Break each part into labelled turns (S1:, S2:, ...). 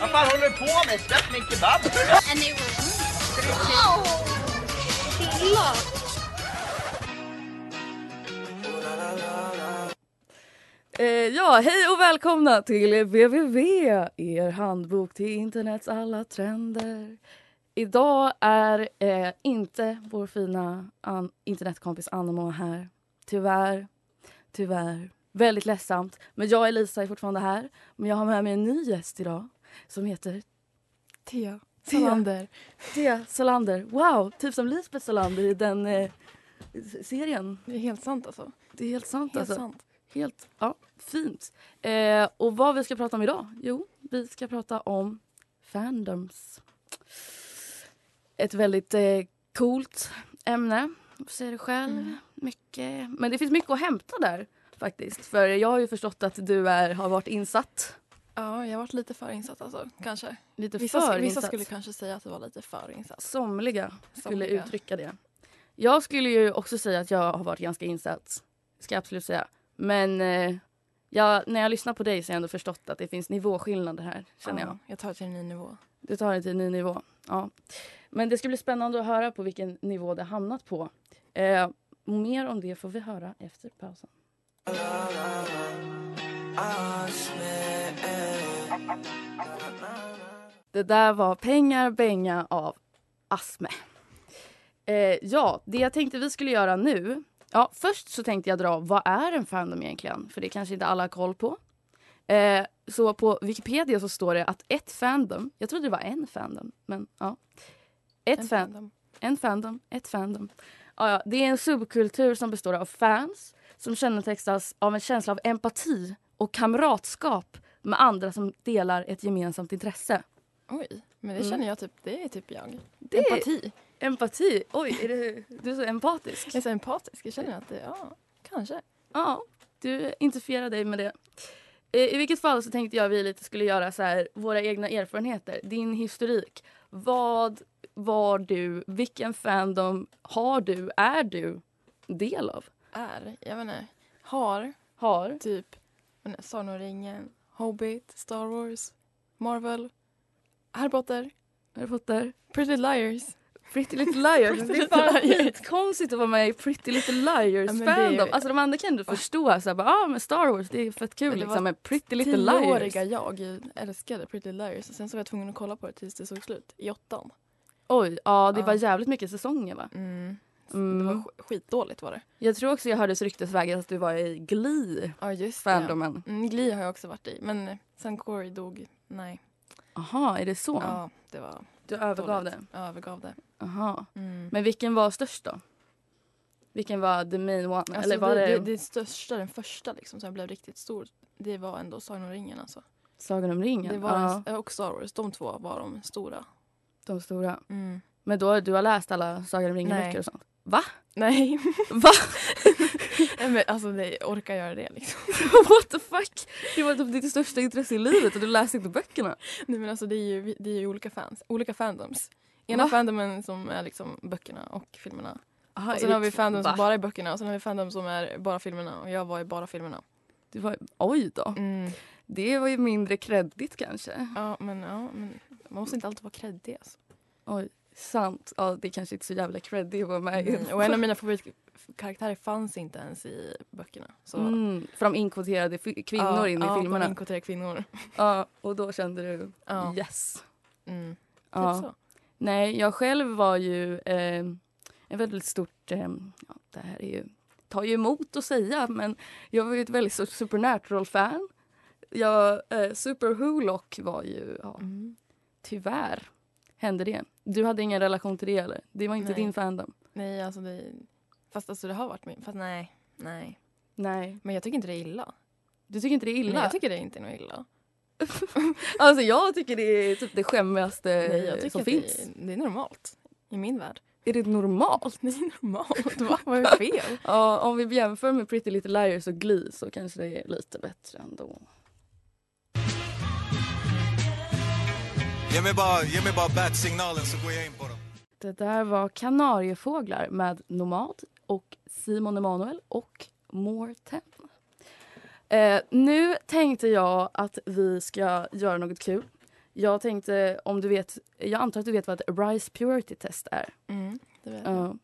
S1: Vad fan håller du på med? Släpp min kebab!
S2: And they were Wow! Look.
S3: Eh, ja, hej och välkomna till www, er handbok till internets alla trender. Idag är eh, inte vår fina an- internetkompis Annemo här. Tyvärr. Tyvärr. Väldigt ledsamt. Men jag, Elisa, är fortfarande här. Men jag har med mig en ny gäst idag som heter
S4: Tia
S3: Tia.
S4: Salander.
S3: Thea Salander. Wow! Typ som Lisbeth Salander i den eh, s- serien.
S4: Det är helt sant alltså.
S3: Det är helt sant.
S4: Helt
S3: alltså.
S4: sant.
S3: Helt ja, fint. Eh, och vad vi ska prata om idag? Jo, vi ska prata om fandoms. Ett väldigt eh, coolt ämne, om jag säger det själv.
S4: Mm.
S3: Mycket. Men det finns mycket att hämta där faktiskt. För jag har ju förstått att du är, har varit insatt.
S4: Ja, jag har varit lite för insatt alltså. Kanske.
S3: Lite
S4: Vissa,
S3: för
S4: sk- vissa
S3: insatt.
S4: skulle kanske säga att det var lite för insatt.
S3: Somliga skulle
S4: Somliga.
S3: uttrycka det. Jag skulle ju också säga att jag har varit ganska insatt. Ska jag absolut säga. Men eh, jag, när jag lyssnar på dig så har jag ändå förstått att det finns nivåskillnader här. Känner
S4: Ja,
S3: jag.
S4: Jag tar det till en ny nivå.
S3: Du tar det till en ny nivå. Ja. Men det ska bli spännande att höra på vilken nivå det hamnat på. Eh, mer om det får vi höra efter pausen. Det där var Pengar Benga av Asme. Eh, ja, det jag tänkte vi skulle göra nu... Ja, först så tänkte jag dra vad är en fandom egentligen? För det kanske inte alla har koll på. Eh, så på Wikipedia så står det att ett fandom... Jag trodde det var en fandom, men ja. Ett
S4: En
S3: fan,
S4: fandom.
S3: en fandom, ett fandom. Ja, ja, det är en subkultur som består av fans som kännetecknas av en känsla av empati och kamratskap med andra som delar ett gemensamt intresse.
S4: Oj, men det
S3: Mm.
S4: känner jag typ, det är typ jag.
S3: Det är-
S4: Empati.
S3: Empati? Oj, är du, du är så empatisk.
S4: Jag är så empatisk. Jag känner att det, ja, kanske.
S3: Ja, du identifierar dig med det. Eh, I vilket fall så tänkte jag vi lite skulle göra så här, våra egna erfarenheter, din historik. Vad var du, vilken fandom har du, är du del av?
S4: Är, jag vet inte. Har,
S3: Har?
S4: typ, jag vet inte, Sagan om ringen, Hobbit, Star Wars, Marvel, Harry Potter,
S3: Har du fått där?
S4: Pretty Liars.
S3: Pretty Little Liars.
S4: Pretty
S3: det är
S4: Little
S3: fan
S4: Liars.
S3: skitkonstigt att vara med i Pretty Little Liars
S4: Ja, men det är ju-
S3: fandom. Alltså de andra kan du förstå. Så här, bara, ah, men Star Wars det är fett kul
S4: Men det var
S3: liksom. Men Pretty Little Liars.
S4: Tioåriga jag älskade Pretty Liars och sen så var jag tvungen att kolla på det tills det såg slut i åttan.
S3: Oj, ja det
S4: Ja.
S3: var jävligt mycket säsonger va?
S4: Det var
S3: Mm.
S4: sk- skitdåligt var det.
S3: Jag tror också jag hörde så ryktesvägen att du var i Glee
S4: Ja just
S3: fandomen.
S4: det. Mm, Glee har jag också varit i men sen Corey dog. Nej.
S3: Aha, är det så?
S4: Ja det var
S3: du övergav
S4: dåligt.
S3: det?
S4: Jag övergav det.
S3: Aha.
S4: Mm.
S3: Men vilken var störst då? Vilken var the main one?
S4: Alltså,
S3: Eller var
S4: det,
S3: det,
S4: det, det största, den första liksom som blev riktigt stor det var ändå Sagan om ringen alltså.
S3: Sagan om ringen?
S4: Det var
S3: ja,
S4: den, och Star Wars, de två var de stora.
S3: de stora.
S4: Mm.
S3: Men då, du har läst alla Sagan om ringen-böcker
S4: Nej.
S3: och sånt? Va?
S4: Nej.
S3: Va?
S4: Nej, men alltså det, orkar göra det liksom.
S3: What the fuck? Det var typ ditt största intresse i livet och du läste inte böckerna.
S4: Nej men alltså det är ju, det är ju olika fans, olika fandoms. Ena
S3: Va?
S4: fandomen som är liksom böckerna och filmerna.
S3: Aha,
S4: Och sen har vi fandom som bara är böckerna och sen har vi fandom som är bara filmerna och jag var i bara filmerna.
S3: Det var, oj då.
S4: Mm.
S3: Det var ju mindre kreddigt kanske.
S4: Ja, men, ja, men man måste inte alltid vara kreddig alltså.
S3: Oj, sant. Ja, det är kanske inte så jävla kreddigt att vara med i
S4: Mm. Och en av mina favoritkaraktärer fanns inte ens i böckerna. Så.
S3: Mm, för de inkvoterade fi- kvinnor
S4: ja,
S3: in i
S4: ja,
S3: filmerna.
S4: Ja, de kvinnor.
S3: Ja, och då kände du
S4: Ja.
S3: yes.
S4: Mm. Typ
S3: Ja.
S4: så.
S3: Nej, jag själv var ju eh, en väldigt stort... Eh, ja, det här är ju, tar ju emot att säga, men jag var ju ett väldigt stort Supernatural-fan. Jag, eh, Super Hulock var ju... Ja,
S4: Mm.
S3: tyvärr hände det. Du hade ingen relation till det, eller? Det var inte
S4: Nej.
S3: din fandom?
S4: Nej, alltså det... Fast alltså det har varit min... Fast nej, nej.
S3: Nej.
S4: Men jag tycker inte det är illa.
S3: Du tycker inte det är illa? Eh,
S4: Nej, jag tycker det är inte är något illa.
S3: alltså, jag tycker det är typ det skämmigaste
S4: Nej, jag tycker
S3: som
S4: att
S3: finns.
S4: det, är, det är normalt. I min värld.
S3: Är det normalt?
S4: Det är normalt. Va? Vad är fel?
S3: Ja, om vi jämför med Pretty Little Liars och Glee så kanske det är lite bättre ändå.
S5: Ge mig bara, ge mig bara bat-signalen så går jag in på dem.
S3: Det där var Kanariefåglar med Nomad och Simon Emanuel och More 10. Eh, nu tänkte jag att vi ska göra något kul. Jag tänkte, om du vet, jag antar att du vet vad ett Rice Purity Test är?
S4: Mm, det vet jag.
S3: Ja.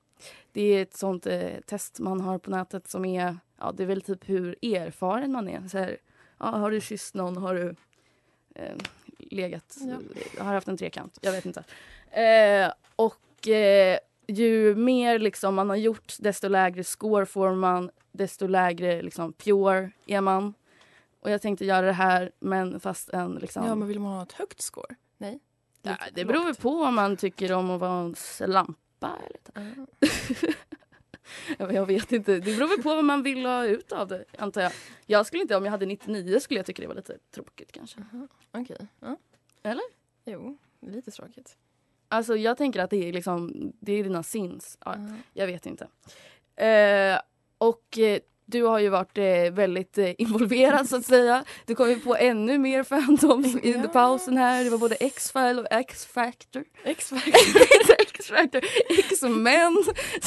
S3: Det är ett sånt eh, test man har på nätet som är, ja det är väl typ hur erfaren man är. Så här, ja, har du kysst någon? Har du eh, legat? Har haft en trekant? Jag vet inte. Eh, och eh, ju mer liksom man har gjort desto lägre score får man. Desto lägre liksom pure är man. Och jag tänkte göra det här men fast en liksom...
S4: Ja, men vill man ha ett högt score? Nej.
S3: Ja, det beror väl på vad man tycker om att vara en slampa. Eller inte.
S4: Mm.
S3: Ja, men jag vet inte. Det beror väl på vad man vill ha ut av det. antar Jag Jag skulle inte, om jag hade 99 skulle jag tycka det var lite tråkigt kanske.
S4: Okej. Ja.
S3: Eller?
S4: Jo, lite tråkigt.
S3: Alltså jag tänker att det är liksom, det är dina sins. Ja,
S4: Mm.
S3: Jag vet inte. Eh, och eh, du har ju varit eh, väldigt eh, involverad så att säga. Du kom ju på ännu mer fandoms under
S4: Ja.
S3: pausen här. Det var både X-File och X-Factor.
S4: X-Factor.
S3: X-Factor, X-Men.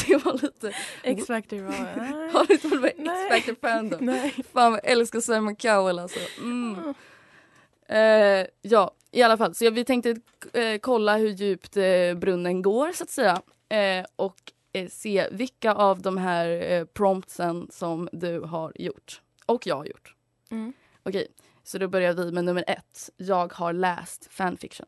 S3: Det var lite...
S4: X-Factor var... Nej.
S3: Har du inte varit med
S4: Nej.
S3: X-Factor Fandom?
S4: Nej.
S3: Fan vad jag älskar Simon Cowell alltså. Mm. Eh, ja, i alla fall. Så jag- vi tänkte eh, kolla hur djupt eh, brunnen går så att säga. Eh, och eh, se vilka av de här eh, promptsen som du har gjort. Och jag har gjort.
S4: Mm.
S3: Okej, så då börjar vi med nummer ett. Jag har läst fanfiction.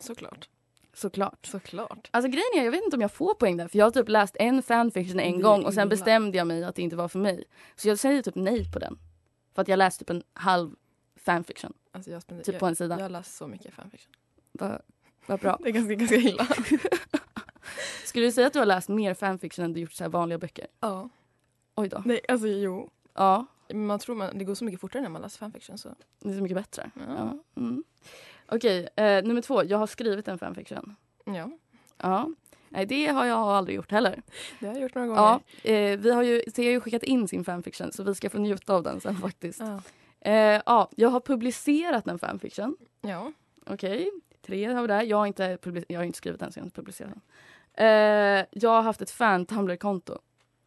S4: Såklart.
S3: Såklart.
S4: Såklart.
S3: Alltså grejen är, jag vet inte om jag får poäng där för jag har typ läst en fanfiction en
S4: Det är
S3: gång och sen
S4: illa.
S3: bestämde jag mig att det inte var för mig. Så jag säger typ nej på den. För att jag läste typ en halv fanfiction,
S4: Alltså jag spenderar...
S3: typ på en sida.
S4: jag, jag läser så mycket fanfiction.
S3: Vad vad bra.
S4: Det är ganska, ganska illa.
S3: Skulle du säga att du har läst mer fanfiction än du gjort så här vanliga böcker?
S4: ja.
S3: Oj då.
S4: Nej, alltså jo.
S3: Ja,
S4: Men Man tror man, det går så mycket fortare när man läser fanfiction så.
S3: det är så mycket bättre.
S4: Ja.
S3: Ja. Mm. Okej, eh, nummer två. Jag har skrivit en fanfiction.
S4: Ja.
S3: Ja. Nej, det har jag aldrig gjort heller.
S4: Det har jag gjort några gånger.
S3: Ja, eh, vi har ju, Thea har ju skickat in sin fanfiction så vi ska få njuta av den sen faktiskt.
S4: Ja.
S3: Eh, ja, jag har publicerat en fanfiction.
S4: ja.
S3: Okej, tre har vi där. Jag har inte, publi- jag har inte skrivit den, så jag har inte publicerat den. Eh, jag har haft ett fan-Tumblr-konto.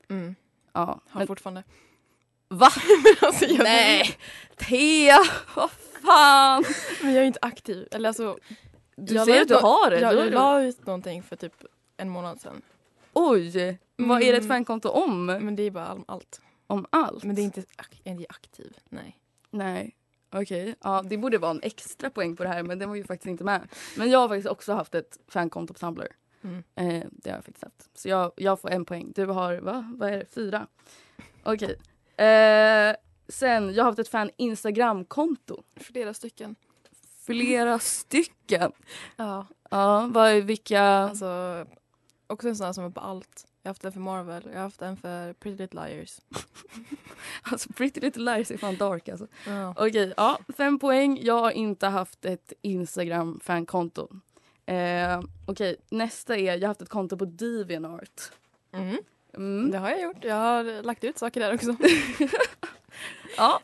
S4: Mm.
S3: Ja.
S4: Har
S3: Men,
S4: fortfarande.
S3: va?
S4: alltså, jag,
S3: Nej! Thea! Vad fan!
S4: Men jag är inte aktiv. Eller alltså,
S3: Du
S4: Jag
S3: säger
S4: la
S3: att du
S4: ut nå-
S3: har det.
S4: Jag,
S3: då är
S4: jag
S3: du-
S4: la ut någonting för typ en månad sedan.
S3: Oj! Vad är det ett
S4: Mm.
S3: fankonto om?
S4: Men det är bara all- allt.
S3: Om allt?
S4: Men det är inte ak- är det aktiv. Nej.
S3: Nej. Okej. Ja, det borde vara en extra poäng på det här men den var ju faktiskt inte med. Men jag har faktiskt också haft ett fankonto på Tumblr.
S4: Mm.
S3: Eh, det har jag faktiskt haft. Så jag, jag får en poäng. Du har, va? Vad är det? Fyra? Okej. Eh, sen, jag har haft ett fan Instagram-konto.
S4: Flera stycken.
S3: Flera stycken.
S4: Ja.
S3: Ja, vad är vilka?
S4: Alltså, också en sån här som är på allt. Jag har haft en för Marvel, jag har haft en för Pretty Little Liars.
S3: Alltså Pretty Little Liars är fan dark alltså.
S4: Ja.
S3: Okej, ja. Fem poäng. Jag har inte haft ett Instagram-fankonto. Eh, Okej, nästa är jag har haft ett konto på Deviantart.
S4: Mm.
S3: Mm.
S4: Det har jag gjort. Jag har lagt ut saker där också.
S3: Ja,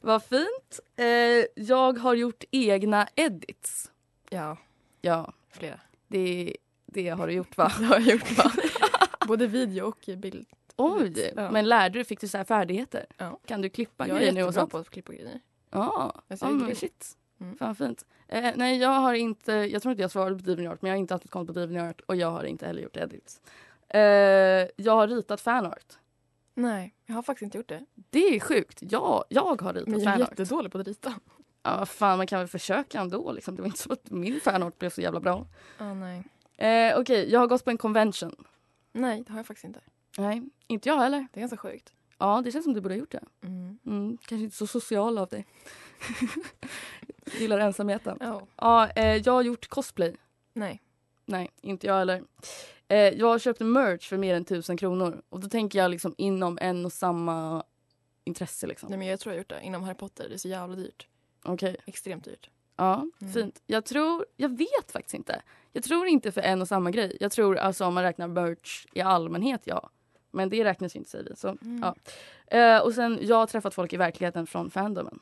S3: vad fint. Eh, jag har gjort egna edits.
S4: Ja,
S3: Ja,
S4: flera.
S3: det, det har du gjort va?
S4: Det har jag gjort. Va? Både video och bild.
S3: Oj,
S4: Ja.
S3: men lärde du, fick du så här färdigheter?
S4: Ja.
S3: Kan du klippa
S4: Jag är
S3: grejer nu och
S4: jättebra
S3: sånt?
S4: på att klippa grejer.
S3: Ja,
S4: Jag ser
S3: ja men
S4: grym.
S3: shit.
S4: Mm.
S3: Fan fint. Eh, nej, jag har inte, jag tror inte jag svarade på DeviantArt men jag har inte haft ett konto på DeviantArt och jag har inte heller gjort edits. Eh, jag har ritat fanart.
S4: Nej, jag har faktiskt inte gjort det.
S3: Det är sjukt. Ja, jag har ritat
S4: Men jag är
S3: fanart.
S4: jättedålig på att rita.
S3: Ja, fan man kan väl försöka ändå liksom. Det var inte så att min fanart blev så jävla bra.
S4: Ah, nej.
S3: Eh, Okej, jag har gått på en convention.
S4: nej, det har jag faktiskt inte.
S3: Nej, inte jag heller.
S4: Det är ganska sjukt.
S3: Ja, det känns som du borde ha gjort det.
S4: Mm.
S3: Mm, kanske inte så social av dig. Gillar ensamheten.
S4: Ja.
S3: Ja, eh, jag har gjort cosplay.
S4: Nej.
S3: Nej, inte jag heller. Eh, jag köpte merch för mer än tusen kronor. Och då tänker jag liksom inom en och samma intresse liksom.
S4: nej, men jag tror jag har gjort det inom Harry Potter. Det är så jävla dyrt.
S3: Okej,
S4: Extremt dyrt.
S3: ja,
S4: Mm.
S3: fint. Jag tror, jag vet faktiskt inte. Jag tror inte för en och samma grej. Jag tror alltså om man räknar merch i allmänhet, ja. Men det räknas ju inte säger vi. Så
S4: Mm.
S3: Ja. Eh, och sen, jag har träffat folk i verkligheten från fandomen.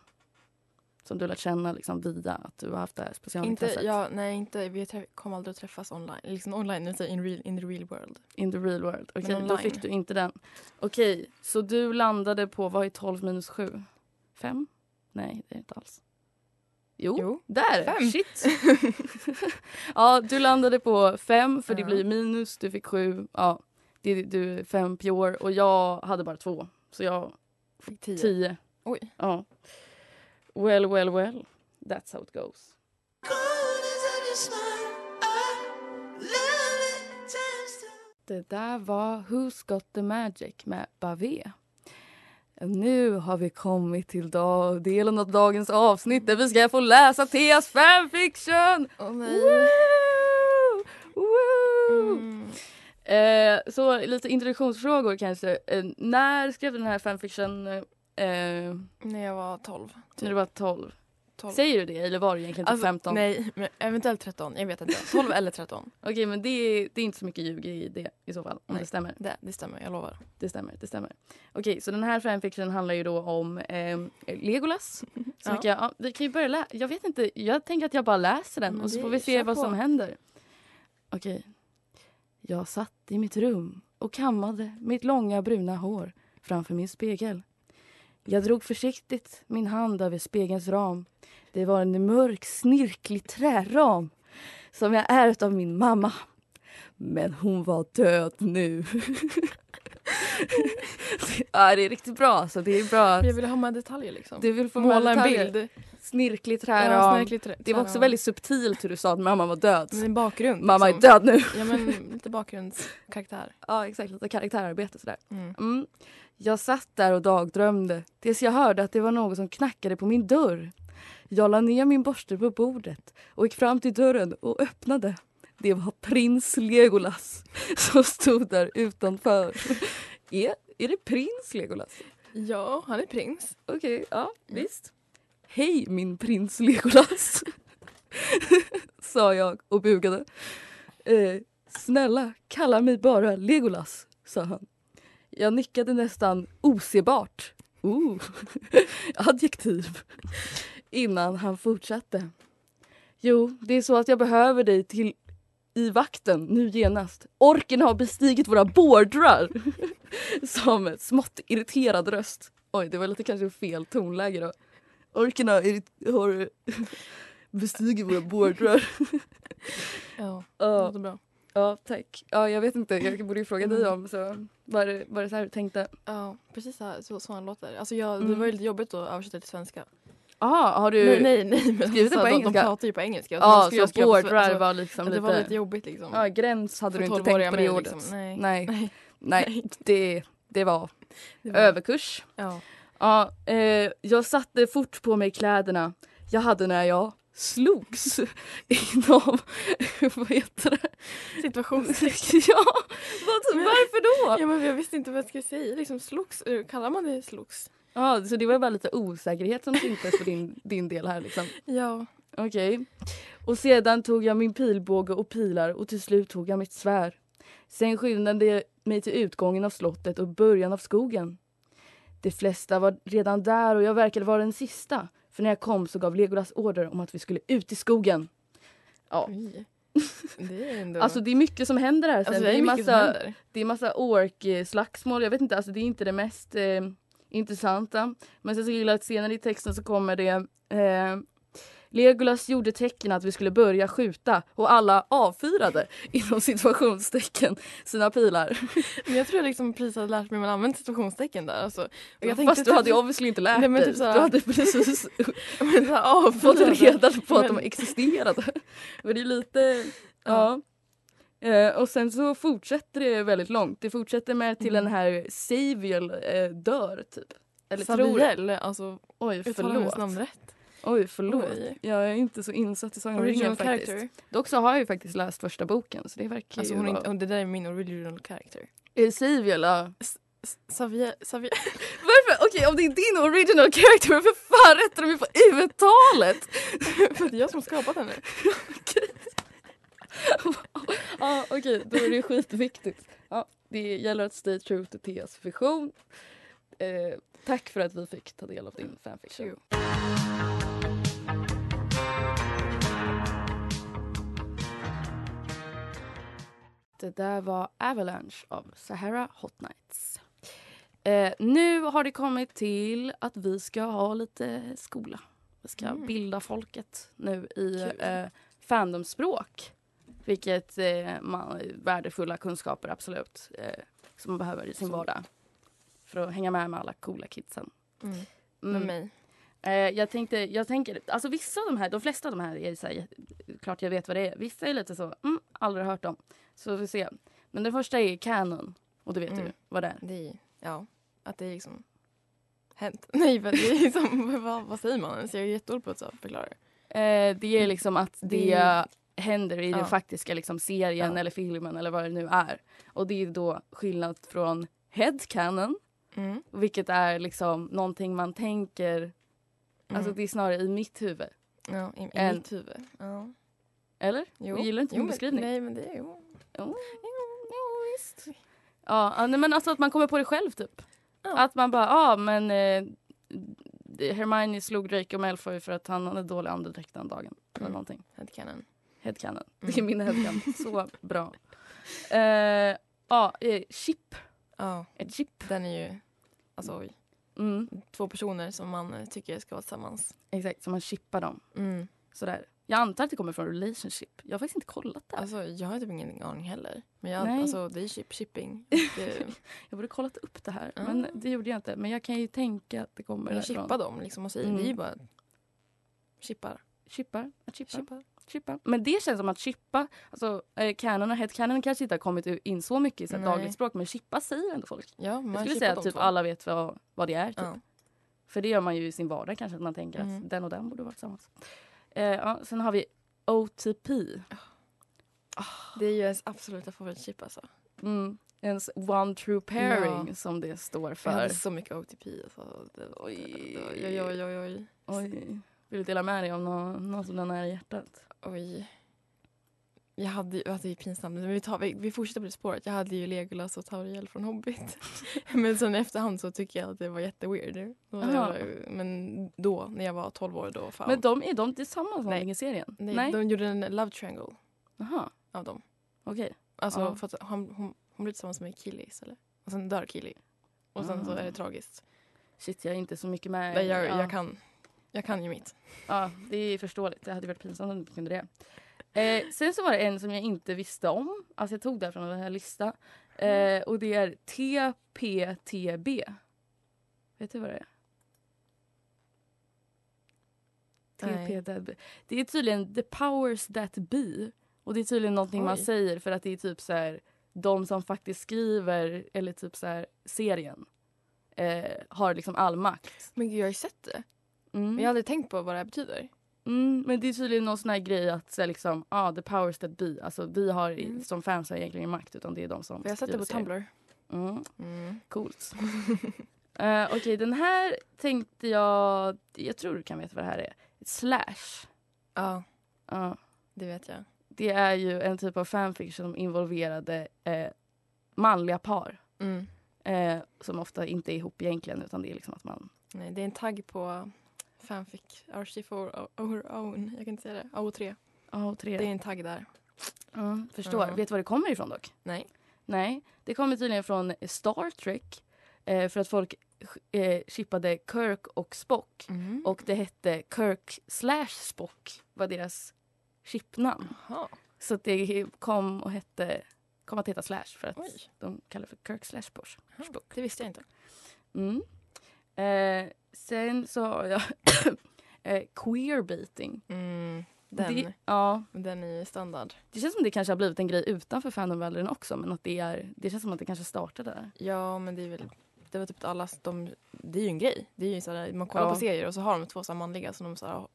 S3: Som du lärt känna liksom, via att du har haft det här
S4: Inte,
S3: specialintresset.
S4: ja, nej, inte, vi trä- kommer aldrig att träffas online. Liksom online, utan in, real, in the real world.
S3: In the real world. Okej,
S4: Men
S3: då
S4: online.
S3: fick du inte den. Okej, så du landade på, vad är 12 minus 7? Fem? Nej, det är det inte alls. Jo,
S4: Jo,
S3: där!
S4: fem.
S3: Shit! ja, du landade på fem, för det
S4: Ja.
S3: blir minus. Du fick sju. Ja, det, du är fem pure och jag hade bara två. Så jag
S4: Fick tio.
S3: tio.
S4: Oj.
S3: Ja. Well, well, well. That's how it goes. Det där var Who's Got The Magic med Bavé. Nu har vi kommit till dag, delen av dagens avsnitt där vi ska få läsa Theas fanfiction!
S4: Åh, nej.
S3: Woo! Woo!
S4: Mm.
S3: Eh, så lite introduktionsfrågor kanske. Eh, när skrev du den här fanfiction? Eh, när
S4: När jag var 12.
S3: du var 12.
S4: 12.
S3: Säger du det eller var det egentligen typ
S4: Alltså,
S3: 15?
S4: Nej, men eventuellt 13. Jag vet inte. 12 eller 13.
S3: Okej men det, det är inte så mycket ljug i det i så fall. Om
S4: Nej.
S3: det stämmer.
S4: Det, det stämmer, jag lovar.
S3: Det stämmer, det stämmer. Okej, så den här fanfictionen handlar ju då om eh, Legolas. Så
S4: Ja.
S3: mycket, ja, vi kan ju börja lä- Jag vet inte, jag tänker att jag bara läser den
S4: Men
S3: och så
S4: Mm, det-
S3: får vi se
S4: kör
S3: vad
S4: på.
S3: som händer. Okej. Jag satt i mitt rum och kammade mitt långa bruna hår framför min spegel. Jag drog försiktigt min hand över spegelns ram. Det var en mörk, snirklig träram som jag ärvt av min mamma. Men hon var död nu. ja, det är riktigt bra. Så det är bra att
S4: Jag ville ha med detaljer liksom.
S3: du vill få
S4: Måla en
S3: detaljer.
S4: bild.
S3: Snirklig
S4: Ja,
S3: träram.
S4: snirkligt trä-
S3: det var
S4: träram. Mm.
S3: också väldigt subtilt hur du sa att mamma var död.
S4: Men en bakgrund.
S3: Mamma är
S4: liksom.
S3: död nu.
S4: Ja men lite bakgrundskaraktär.
S3: Ja, exakt. Lite karaktärarbete sådär.
S4: Mm.
S3: Mm. Jag satt där och dagdrömde tills jag hörde att det var någon som knackade på min dörr. Jag la ner min borste på bordet och gick fram till dörren och öppnade. Det var prins Legolas som stod där utanför. Är, är det prins Legolas?
S4: Ja, han är prins.
S3: Okej, ja visst. Hej min prins Legolas, sa jag och bugade. Eh, snälla, kalla mig bara Legolas, sa han. Jag nickade nästan osebart. Ooh. Adjektiv. Innan han fortsatte. Jo, det är så att jag behöver dig till i vakten nu genast. Orken har bestigit våra bordrar. Som en smått irriterad röst. Oj, det var lite kanske fel tonläge då. Orken har, irrit- har bestigit våra bordrar.
S4: Ja, det
S3: Ja,
S4: låter bra.
S3: ja, tack. Ja, jag vet inte, jag borde ju fråga dig om så. Var det, var det så här du tänkte?
S4: Ja, precis så, här, så, så han låter. Alltså jag, Det
S3: Mm.
S4: var ju lite jobbigt att översätta till svenska.
S3: Jaha, Ah, har du...
S4: nej, nej, nej. Men alltså,
S3: Skrivit det på
S4: de,
S3: engelska?
S4: De pratar ju på engelska. Och sen
S3: Ja,
S4: skulle jag
S3: så
S4: skriva på sven-
S3: bordrar
S4: alltså,
S3: var liksom
S4: Det
S3: lite...
S4: var lite jobbigt liksom.
S3: ja, gräns hade
S4: För
S3: du inte tänkt
S4: 12-åriga
S3: på det
S4: mig,
S3: ordet.
S4: liksom. Nej.
S3: Nej,
S4: Nej.
S3: nej. Det, det var
S4: Det var-
S3: överkurs.
S4: Ja.
S3: Ja, eh, jag satte fort på mig kläderna jag hade när jag slogs inom... vad heter det?
S4: Situation.
S3: ja, vad, varför då?
S4: Ja, men jag visste inte vad jag skulle säga. Liksom slogs. eh, Kallar man det slogs?
S3: Ja, så det var bara lite osäkerhet som syntes på din, din del här liksom.
S4: Ja.
S3: Okej. Och sedan tog jag min pilbåge och pilar och till slut tog jag mitt svärd. Sen skyndade jag mig till utgången av slottet och början av skogen. De flesta var redan där och jag verkade vara den sista. För när jag kom så gav Legolas order om att vi skulle ut i skogen. Ja.
S4: Oj. Det är ändå...
S3: Alltså det är mycket som händer här sen.
S4: Alltså, det är mycket som
S3: massa,
S4: händer.
S3: det är massa ork-slagsmål. Jag vet inte, alltså det är inte det mest eh, intressanta. Men sen så gillar jag att senare i texten så kommer det eh, Legolas gjorde tecken att vi skulle börja skjuta och alla avfyrade inom situationstecken sina pilar.
S4: Men jag tror jag liksom precis hade lärt mig att man använder situationstecken där. Alltså. Och jag
S3: Fast du
S4: typ-
S3: hade ju obviously inte lärt
S4: Nej, men
S3: dig.
S4: typ så här-
S3: Du hade precis
S4: Men så här, åh,
S3: fått
S4: förlåt.
S3: reda på att de
S4: Men-
S3: existerade. Men det är lite... Ja. Eh, och sen så fortsätter det väldigt långt. Det fortsätter med till den här Saviel eh, dör typ. Eller tror...
S4: Saviel, alltså
S3: Oj
S4: uttalar hennes namn
S3: förlåt.
S4: rätt.
S3: Oj förlåt.
S4: Oj.
S3: Jag är inte så insatt i Sagan om ringen
S4: Original
S3: faktiskt.
S4: character.
S3: Dock så har jag ju faktiskt läst första boken så det verkar
S4: Alltså
S3: ju
S4: hon är
S3: vara...
S4: inte, det där är min original character.
S3: Eh, Saviel, ja.
S4: S- Saviel, Saviel.
S3: Varför? Okej om det är din original character varför fan rättar de mig på uttalet?
S4: För att det är jag som har skapat henne.
S3: Ja, okej, då är det skitviktigt. Ja, det gäller att stay true till Theas vision. Eh, tack för att vi fick ta del av din fanfiction.
S4: True.
S3: Det där var Avalanche av Sahara Hot Nights. Eh, nu har det kommit till att vi ska ha lite skola. Vi ska bilda folket nu i
S4: Kul.
S3: eh, fandomspråk. Vilket eh, man, värdefulla kunskaper, absolut, eh, som man behöver i sin
S4: Som-
S3: vardag. För att hänga med med alla coola kidsen.
S4: Mm.
S3: Mm.
S4: Med mig.
S3: Eh, jag, tänkte, jag tänker, alltså vissa av de här, de flesta av de här är så här, klart jag vet vad det är. Vissa är lite så, mm, aldrig hört om. Så vi får se. Men den första är Canon. Och det vet
S4: Mm.
S3: du vad det är.
S4: Det är, ja, att det är liksom hänt. Nej, men det är liksom, vad, vad säger man ens? Jag är jättedålig på att så förklara. det.
S3: Eh, det är liksom att det
S4: Det-
S3: händer i den
S4: Ja.
S3: faktiska liksom, serien
S4: Ja.
S3: eller filmen eller vad det nu är. Och det är då skillnad från headcanon,
S4: Mm.
S3: vilket är liksom någonting man tänker, alltså
S4: Mm.
S3: det är snarare i mitt huvud.
S4: Ja, i, i
S3: en-
S4: mitt huvud. Ja.
S3: Eller?
S4: Jo.
S3: Jag gillar inte min
S4: men-
S3: beskrivning.
S4: Nej, men det är jo.
S3: Jo, jo, visst. Ja, ja, nej, men alltså att man kommer på det själv typ.
S4: Ja.
S3: Att man bara, ja ah, men eh, Hermione slog Draco Malfoy för att han hade dålig andedräkt den dagen. Eller
S4: Mm.
S3: någonting.
S4: Headcanon.
S3: Headcanon.
S4: Mm.
S3: Det är min headcanon. Så bra. Eh, Ja, eh, chip.
S4: Ja,
S3: Ett chip.
S4: den är ju alltså, oj,
S3: Mm,
S4: två personer som man eh, tycker ska vara tillsammans.
S3: exakt, så man chippar dem.
S4: Mm.
S3: Sådär. Jag antar att det kommer från relationship. Jag har faktiskt inte kollat det. här.
S4: Alltså, jag har typ ingen aning heller. Men jag,
S3: Nej.
S4: alltså, det är chip shipping. Det,
S3: Jag borde kollat upp det här,
S4: Ah.
S3: men det gjorde jag inte. Men jag kan ju tänka att det kommer
S4: man
S3: därifrån.
S4: chippar dem liksom och säger,
S3: Mm.
S4: vi är ju bara chippar.
S3: Chippar. Att chippa.
S4: chippar.
S3: chippa. Men det känns som att chippa, alltså eh, canon och headcanon kanske inte har kommit u- in så mycket i så här
S4: Nej.
S3: dagligt språk men chippa säger ändå folk.
S4: Ja, man
S3: Jag skulle
S4: chippar
S3: säga
S4: de
S3: att typ
S4: två.
S3: alla vet vad, vad det är. Typ.
S4: Ja.
S3: För det gör man ju i sin vardag kanske att man tänker
S4: Mm.
S3: att den och den borde vara tillsammans. Eh, ja, sen har vi OTP.
S4: Det är ju ens absoluta favoritchip alltså.
S3: Mm. Ens one true pairing som det står
S4: Jag
S3: för.
S4: hade så mycket OTP. Alltså. Det, oj,
S3: Oj.
S4: oj, oj, oj, oj.
S3: Oj. Vill du dela med dig om nå- något som är nära hjärtat?
S4: oj. Jag hade ju, alltså det är pinsamt, men vi, tar, vi, vi fortsätter på det spåret. Jag hade ju Legolas och Tauriel från Hobbit. men sen i efterhand så tycker jag att det var jätteweird. Det var- det
S3: Aha.
S4: var- Men då, när jag var 12 år, då fan.
S3: Men de, är de tillsammans någonting
S4: Nej.
S3: i serien?
S4: Nej, De gjorde en love triangle
S3: Jaha,
S4: av dem.
S3: okej.
S4: Alltså
S3: Ja.
S4: för att han, hon, hon blir tillsammans med Killis eller? Och sen dör Killy. Och sen så
S3: Ah.
S4: är det tragiskt.
S3: Shit, jag är inte så mycket med.
S4: Nej, jag,
S3: Ja.
S4: jag, kan, jag kan ju mitt.
S3: Ja, det är förståeligt. Det hade varit pinsamt om du inte kunde det. Eh, sen så var det en som jag inte visste om. Alltså jag tog det här från den här lista.
S4: Mm.
S3: Eh, och det är TPTB. Vet du vad det är?
S4: Nej.
S3: TPTB. Det är tydligen the powers that be. Och det är tydligen någonting man
S4: Oj.
S3: säger för att det är typ så här de som faktiskt skriver eller typ så här serien eh, har liksom all makt.
S4: Men gud, jag har ju sett det.
S3: Mm.
S4: Men jag har aldrig tänkt på vad det här betyder.
S3: Mm, men det är tydligen någon sån här grej att så här, liksom, ah, the powers that be. Alltså, vi har i-
S4: Mm.
S3: som fans har egentligen ingen makt utan det är de som
S4: För jag har sett det
S3: skriver
S4: på
S3: serien.
S4: Tumblr.
S3: Mm,
S4: Mm.
S3: coolt. Eh, Okej, den här tänkte jag... Jag tror du kan veta vad det här är. Slash.
S4: Ja,
S3: Ja.
S4: det vet jag.
S3: det är ju en typ av fanfiction som involverade eh, manliga par.
S4: Mm.
S3: Eh, som ofta inte är ihop egentligen utan det är liksom att man...
S4: Nej, det är en tagg på fanfic RC4 our own. Jag kan inte säga det. AO3.
S3: Ja, och tre.
S4: Det är en tagg där.
S3: Mm, förstår.
S4: Ja.
S3: Vet du var det kommer ifrån dock?
S4: Nej.
S3: Nej, det kommer tydligen från Star Trek. Eh, för att folk eh, chippade Kirk och Spock.
S4: Mm.
S3: Och det hette Kirk slash Spock var deras chipnamn.
S4: Jaha.
S3: Så att det kom och hette kom att heta Slash för att
S4: Oj.
S3: de kallar det för Kirk slash Spock.
S4: Jaha. Det visste jag inte.
S3: Mm. Eh, sen så har jag eh, queerbaiting.
S4: Mm. Den,
S3: Det, ja,
S4: den är ju standard.
S3: det känns som det kanske har blivit en grej utanför fandomvärlden också men att det, är, det känns som att det kanske startade där.
S4: Ja, men det är väl... Det var typ alla... De, det är ju en grej. Det är ju sådär, man kollar
S3: Ja.
S4: på serier och så har de två så här manliga som de så här,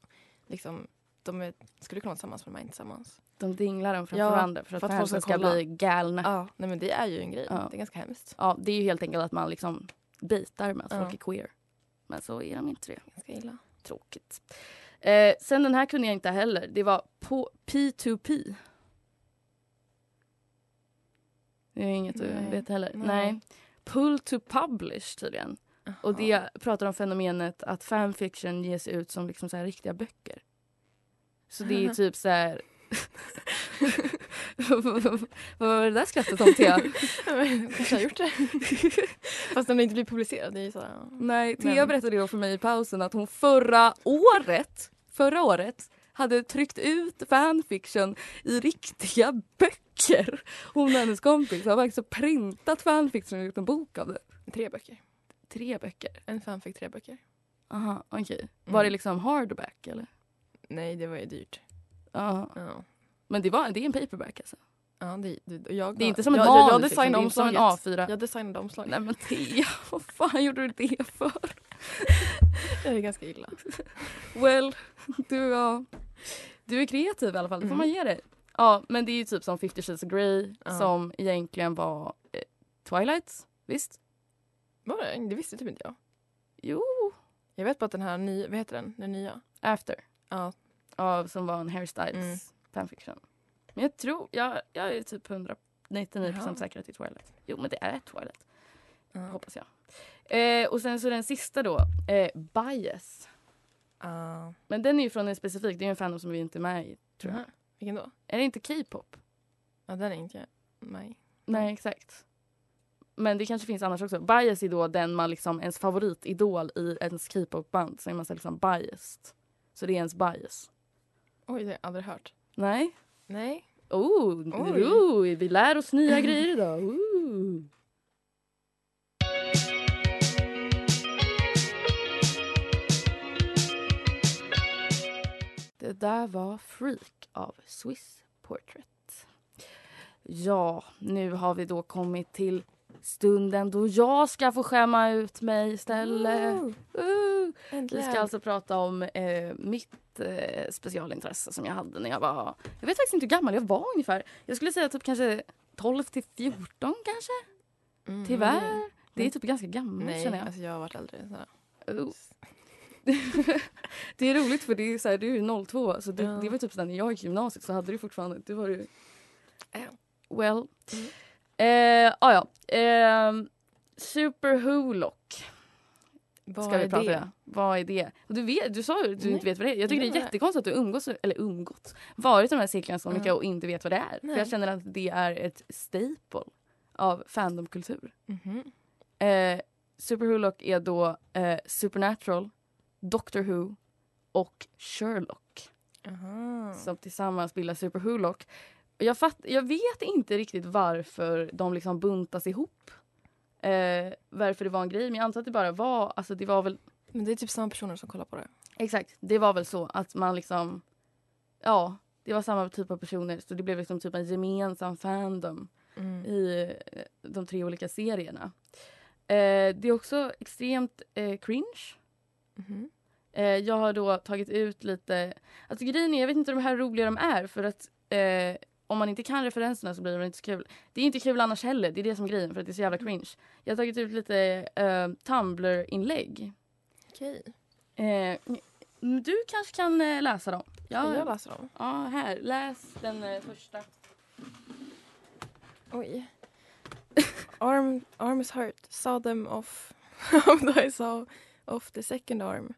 S4: liksom... De är, skulle kunna vara tillsammans men de är inte tillsammans.
S3: De dinglar dem framför
S4: Ja,
S3: varandra för att,
S4: för att
S3: fansen
S4: folk
S3: ska
S4: ska kolla.
S3: bli galna. Ja.
S4: Ja, nej men det är ju en grej.
S3: Ja.
S4: Det är ganska hemskt.
S3: det är ju helt enkelt att man liksom bitar med att
S4: Ja.
S3: folk är queer. Men så är de inte det.
S4: Ganska illa.
S3: Tråkigt. Eh, sen den här kunde jag inte heller. Det var på P2P. Det är inget du
S4: Nej.
S3: vet heller. Nej.
S4: Nej.
S3: Pull to publish tydligen. Och
S4: Jaha.
S3: det pratar om fenomenet att fanfiction ges ut som liksom så här riktiga böcker. Så det är typ så här... Vad var det där skrattet om Thea?
S4: Kanske har gjort det. Fast den har inte blivit publicerad. Det är ju så här, ja.
S3: Nej, Thea
S4: Men-
S3: berättade då för mig i pausen att hon förra året, förra året hade tryckt ut fanfiction i riktiga böcker. Hon och hennes kompis har faktiskt printat fanfiction och gjort en bok av det.
S4: Tre böcker.
S3: Tre böcker.
S4: En fanfic, tre böcker.
S3: Aha, okej. Var det liksom hardback eller?
S4: Nej, det var ju dyrt.
S3: Ja.
S4: Ja.
S3: Men det, var, det är en paperback alltså.
S4: Ja, det, det, och jag,
S3: Det är inte som ett
S4: jag,
S3: manus
S4: jag, jag
S3: liksom. Det är
S4: designade
S3: inte som en
S4: omslaget.
S3: A4.
S4: Jag designade omslaget.
S3: Nej men Thea, vad fan gjorde du det för?
S4: Det är ganska illa.
S3: Well, du, ja, du är kreativ i alla fall, det får
S4: Mm.
S3: man ge dig. Ja, men det är ju typ som 50 Shades of Grey
S4: Ja.
S3: som egentligen var eh, Twilight, visst?
S4: Var det? Det visste typ inte jag.
S3: Jo,
S4: Jag vet bara att den här nya, vad heter den? Den nya?
S3: After,
S4: Ja.
S3: av, som var en Harry Styles
S4: Mm.
S3: fanfiction. Men jag tror, jag, jag är typ 199
S4: Jaha.
S3: säker att det är Twilight. Jo, men det är Twilight,
S4: ja.
S3: hoppas jag. Eh, och sen så den sista då, eh, Bias.
S4: Ah.
S3: Men den är ju från en specifik, det är ju en fandom som vi inte är med i, tror jag.
S4: Aha. Vilken då?
S3: Är det inte K-pop?
S4: Ja, den är inte jag. Nej.
S3: Nej, exakt. Men det kanske finns annars också. Bias är då den man liksom, ens favoritidol i ens K-pop-band. Så är man så liksom biased. Så det är ens bias.
S4: Oj, det har jag aldrig hört.
S3: Nej.
S4: Nej.
S3: Oh,
S4: Oj.
S3: oh, vi lär oss nya grejer idag. Oh. Det där var Freak av Swiss Portrait. Ja, nu har vi då kommit till stunden då jag ska få skämma ut mig istället. Uh. Vi
S4: Äntligen.
S3: ska alltså prata om eh, mitt eh, specialintresse som jag hade när jag var... Jag vet faktiskt inte hur gammal jag var ungefär. Jag skulle säga typ kanske 12 till 14 kanske.
S4: Mm,
S3: Tyvärr.
S4: men
S3: Det är typ ganska gammalt
S4: Nej,
S3: känner jag.
S4: alltså jag har varit äldre. än sådär.
S3: Oh. det är roligt för det är så här, du är 02 så det,
S4: Ja.
S3: det var typ sådär när jag gick i gymnasiet så hade du fortfarande, du var ju... Well.
S4: Mm.
S3: Eh, ah, ja. Ehm, Super Hulock
S4: Vad
S3: ska vi
S4: är
S3: prata
S4: det?
S3: om. Vad är det? Och Du, vet, du sa ju att du
S4: Nej.
S3: inte vet vad det är. Jag tycker det
S4: Nej.
S3: är jättekonstigt att du umgås, eller umgått, varit i de här cirklarna så
S4: Mm.
S3: mycket och inte vet vad det är.
S4: Nej.
S3: För jag känner att det är ett staple av fandomkultur.
S4: Mhm.
S3: Eh, Super Hulock är då eh, Supernatural, Doctor Who och Sherlock
S4: Aha.
S3: som tillsammans bildar Super Hulock. Jag, fatt, jag vet inte riktigt varför de liksom buntas ihop. Eh, varför det var en grej, men jag antar att det bara var... Alltså det var väl
S4: Men det är typ samma personer som kollar på det.
S3: Exakt. Det var väl så att man liksom... Ja, det var samma typ av personer. Så det blev liksom typ en gemensam fandom
S4: Mm.
S3: i eh, de tre olika serierna. Eh, det är också extremt eh, cringe.
S4: Mhm.
S3: Eh, jag har då tagit ut lite... Alltså grejen är, jag vet inte hur de här roliga de är för att eh, om man inte kan referenserna så blir det inte så kul. Det är inte kul annars heller, det är det som är grejen för att det är så jävla cringe. Jag har tagit ut lite eh, Tumblr-inlägg.
S4: Okej.
S3: Eh, mm, du kanske kan eh, läsa dem? Ja,
S4: Jag läser dem.
S3: ja, här. Läs den eh, första.
S4: Oj. Arm, arm is hurt. Saw them off. Though I saw off the second arm.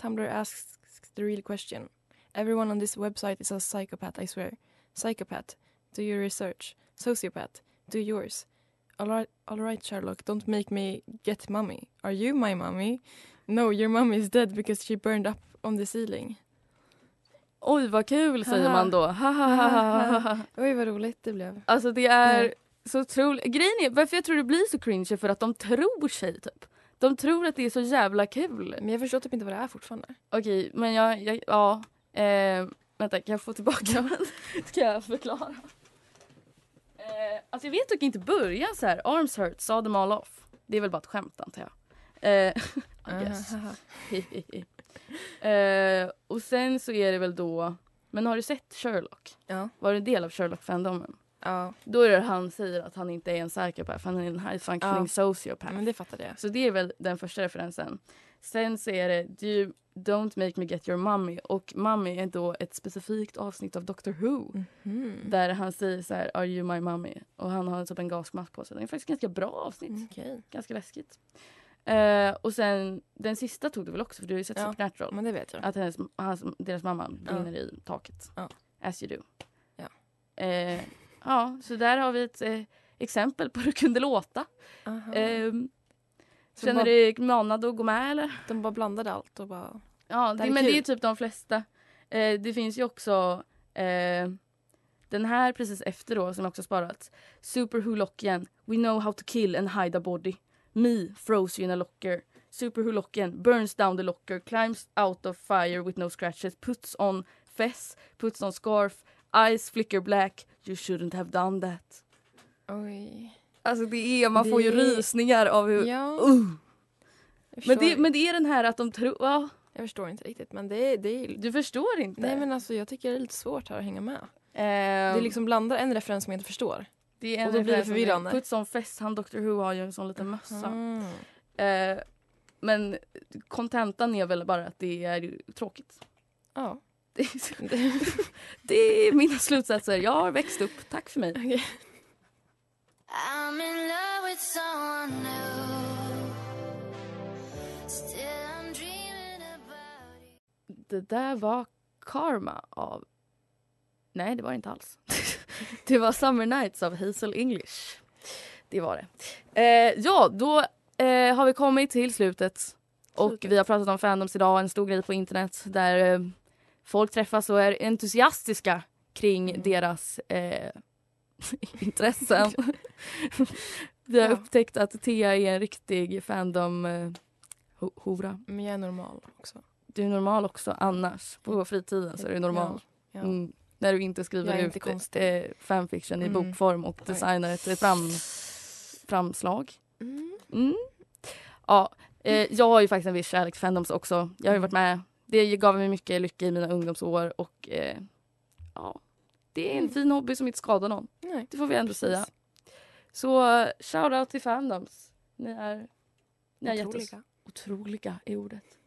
S4: Tumblr asks the real question. Everyone on this website is a psychopath, I swear. Psychopath. Do your research. Sociopath. Do yours. All right, all right, Sherlock. Don't make me get mummy. Are you my mummy? No, your mummy is dead because she burned up on the ceiling.
S3: Oj, vad kul säger
S4: Haha.
S3: man då. Hahaha.
S4: Oj, vad roligt det blev.
S3: alltså det är
S4: Mm.
S3: så otroligt. Grejen är, varför jag tror det blir så cringe är för att de tror sig typ. De tror att det är så jävla kul.
S4: Men jag förstår typ inte vad det är fortfarande.
S3: Okej, men jag, jag ja. Eh, vänta, kan jag få tillbaka den? Ska jag förklara? Eh, alltså jag vet dock inte börja så här. Arms hurt, saw them all off. Det är väl bara ett skämt antar jag. Eh,
S4: Ah,
S3: I guess. eh, och sen så är det väl då... Men har du sett Sherlock?
S4: Ja.
S3: Var du en del av Sherlock-fandomen?
S4: Ja,
S3: Då är det han säger att han inte är en psykopat, han är en high functioning
S4: Ja.
S3: sociopath.
S4: men det fattade jag.
S3: Så det är väl den första referensen. Sen så är det du, Don't make me get your mummy. Och mummy är då ett specifikt avsnitt av Doctor Who.
S4: Mhm.
S3: Där han säger så här, are you my mummy? Och han har typ en gasmask på sig. Det är faktiskt ett ganska bra avsnitt.
S4: Mm, Okej,
S3: Ganska läskigt. Eh, och sen, den sista tog du väl också? För du har ju sett
S4: Ja.
S3: Supernatural.
S4: men det vet jag.
S3: Att hennes, hans, deras mamma brinner i taket.
S4: Ja.
S3: As you do.
S4: Ja.
S3: Eh, Ja, så där har vi ett eh, exempel på hur det kunde låta.
S4: Aha.
S3: Ehm,
S4: Så
S3: känner
S4: bara,
S3: du dig manad att gå med eller?
S4: De bara blandade allt och bara...
S3: Ja,
S4: Det
S3: det,
S4: här är
S3: men det är ju
S4: kul.
S3: typ de flesta. Eh, det finns ju också eh, den här precis efter då som jag också sparat. Super Hulockien, We know how to kill and hide a body. Me, froze you in a locker. Super Hulockien burns down the locker, climbs out of fire with no scratches, puts on fess, puts on scarf, eyes flicker black. You shouldn't have done that.
S4: Oj.
S3: Alltså det är, man får ju
S4: Det-
S3: rysningar av
S4: Eh,
S3: hur...
S4: Ja,
S3: Uh.
S4: jag
S3: Men,
S4: förstår,
S3: det, men det är den här att de tror... Ja,
S4: jag förstår inte riktigt men det är... Det är
S3: du förstår inte.
S4: nej men alltså jag tycker det är lite svårt här att hänga med.
S3: Ehm,
S4: Det liksom blandar en referens som jag inte förstår.
S3: Det är en
S4: Och då blir det
S3: referens som
S4: förvirrande.
S3: är Puts on fest, han Dr Who har ju en sån liten mössa.
S4: Mm.
S3: Eh, men kontentan är väl bara att det är ju tråkigt.
S4: Ja.
S3: Det är, det är mina slutsatser. Jag har växt upp, tack för mig.
S4: Okej.
S2: I'm in love with someone new. Still, I'm dreaming about you.
S3: Det där var Karma av... Nej, det var det inte alls. det var Summer Nights av Hazel English. Det var det. Eh, ja, då eh, har vi kommit till slutet. Och
S4: Slutet.
S3: vi har pratat om fandoms idag, en stor grej på internet där eh, folk träffas och är entusiastiska kring
S4: Mm.
S3: deras eh, intressen. vi har
S4: Ja.
S3: upptäckt att Thea är en riktig eh, fandom-hora.
S4: Men jag är normal också.
S3: Du är normal också annars. På fritiden så är du normal.
S4: Mm. Ja. ja.
S3: Mm. När du inte skriver
S4: Jag
S3: ut
S4: är inte konstig.
S3: eh, fanfiction i
S4: Mm.
S3: bokform och designar ett fram, framslag.
S4: Mm.
S3: Mm. Ja, eh, jag har ju faktiskt en viss kärlek till fandoms också. Jag
S4: Mm.
S3: har ju varit med. Det gav mig mycket lycka i mina ungdomsår och eh, ja, det är en
S4: Mm.
S3: fin hobby som inte skadar någon.
S4: Nej.
S3: Det får vi ändå
S4: Precis.
S3: säga. Så eh, shout out till fandoms. Ni är, ni har gett oss
S4: Otroliga.
S3: otroliga i ordet.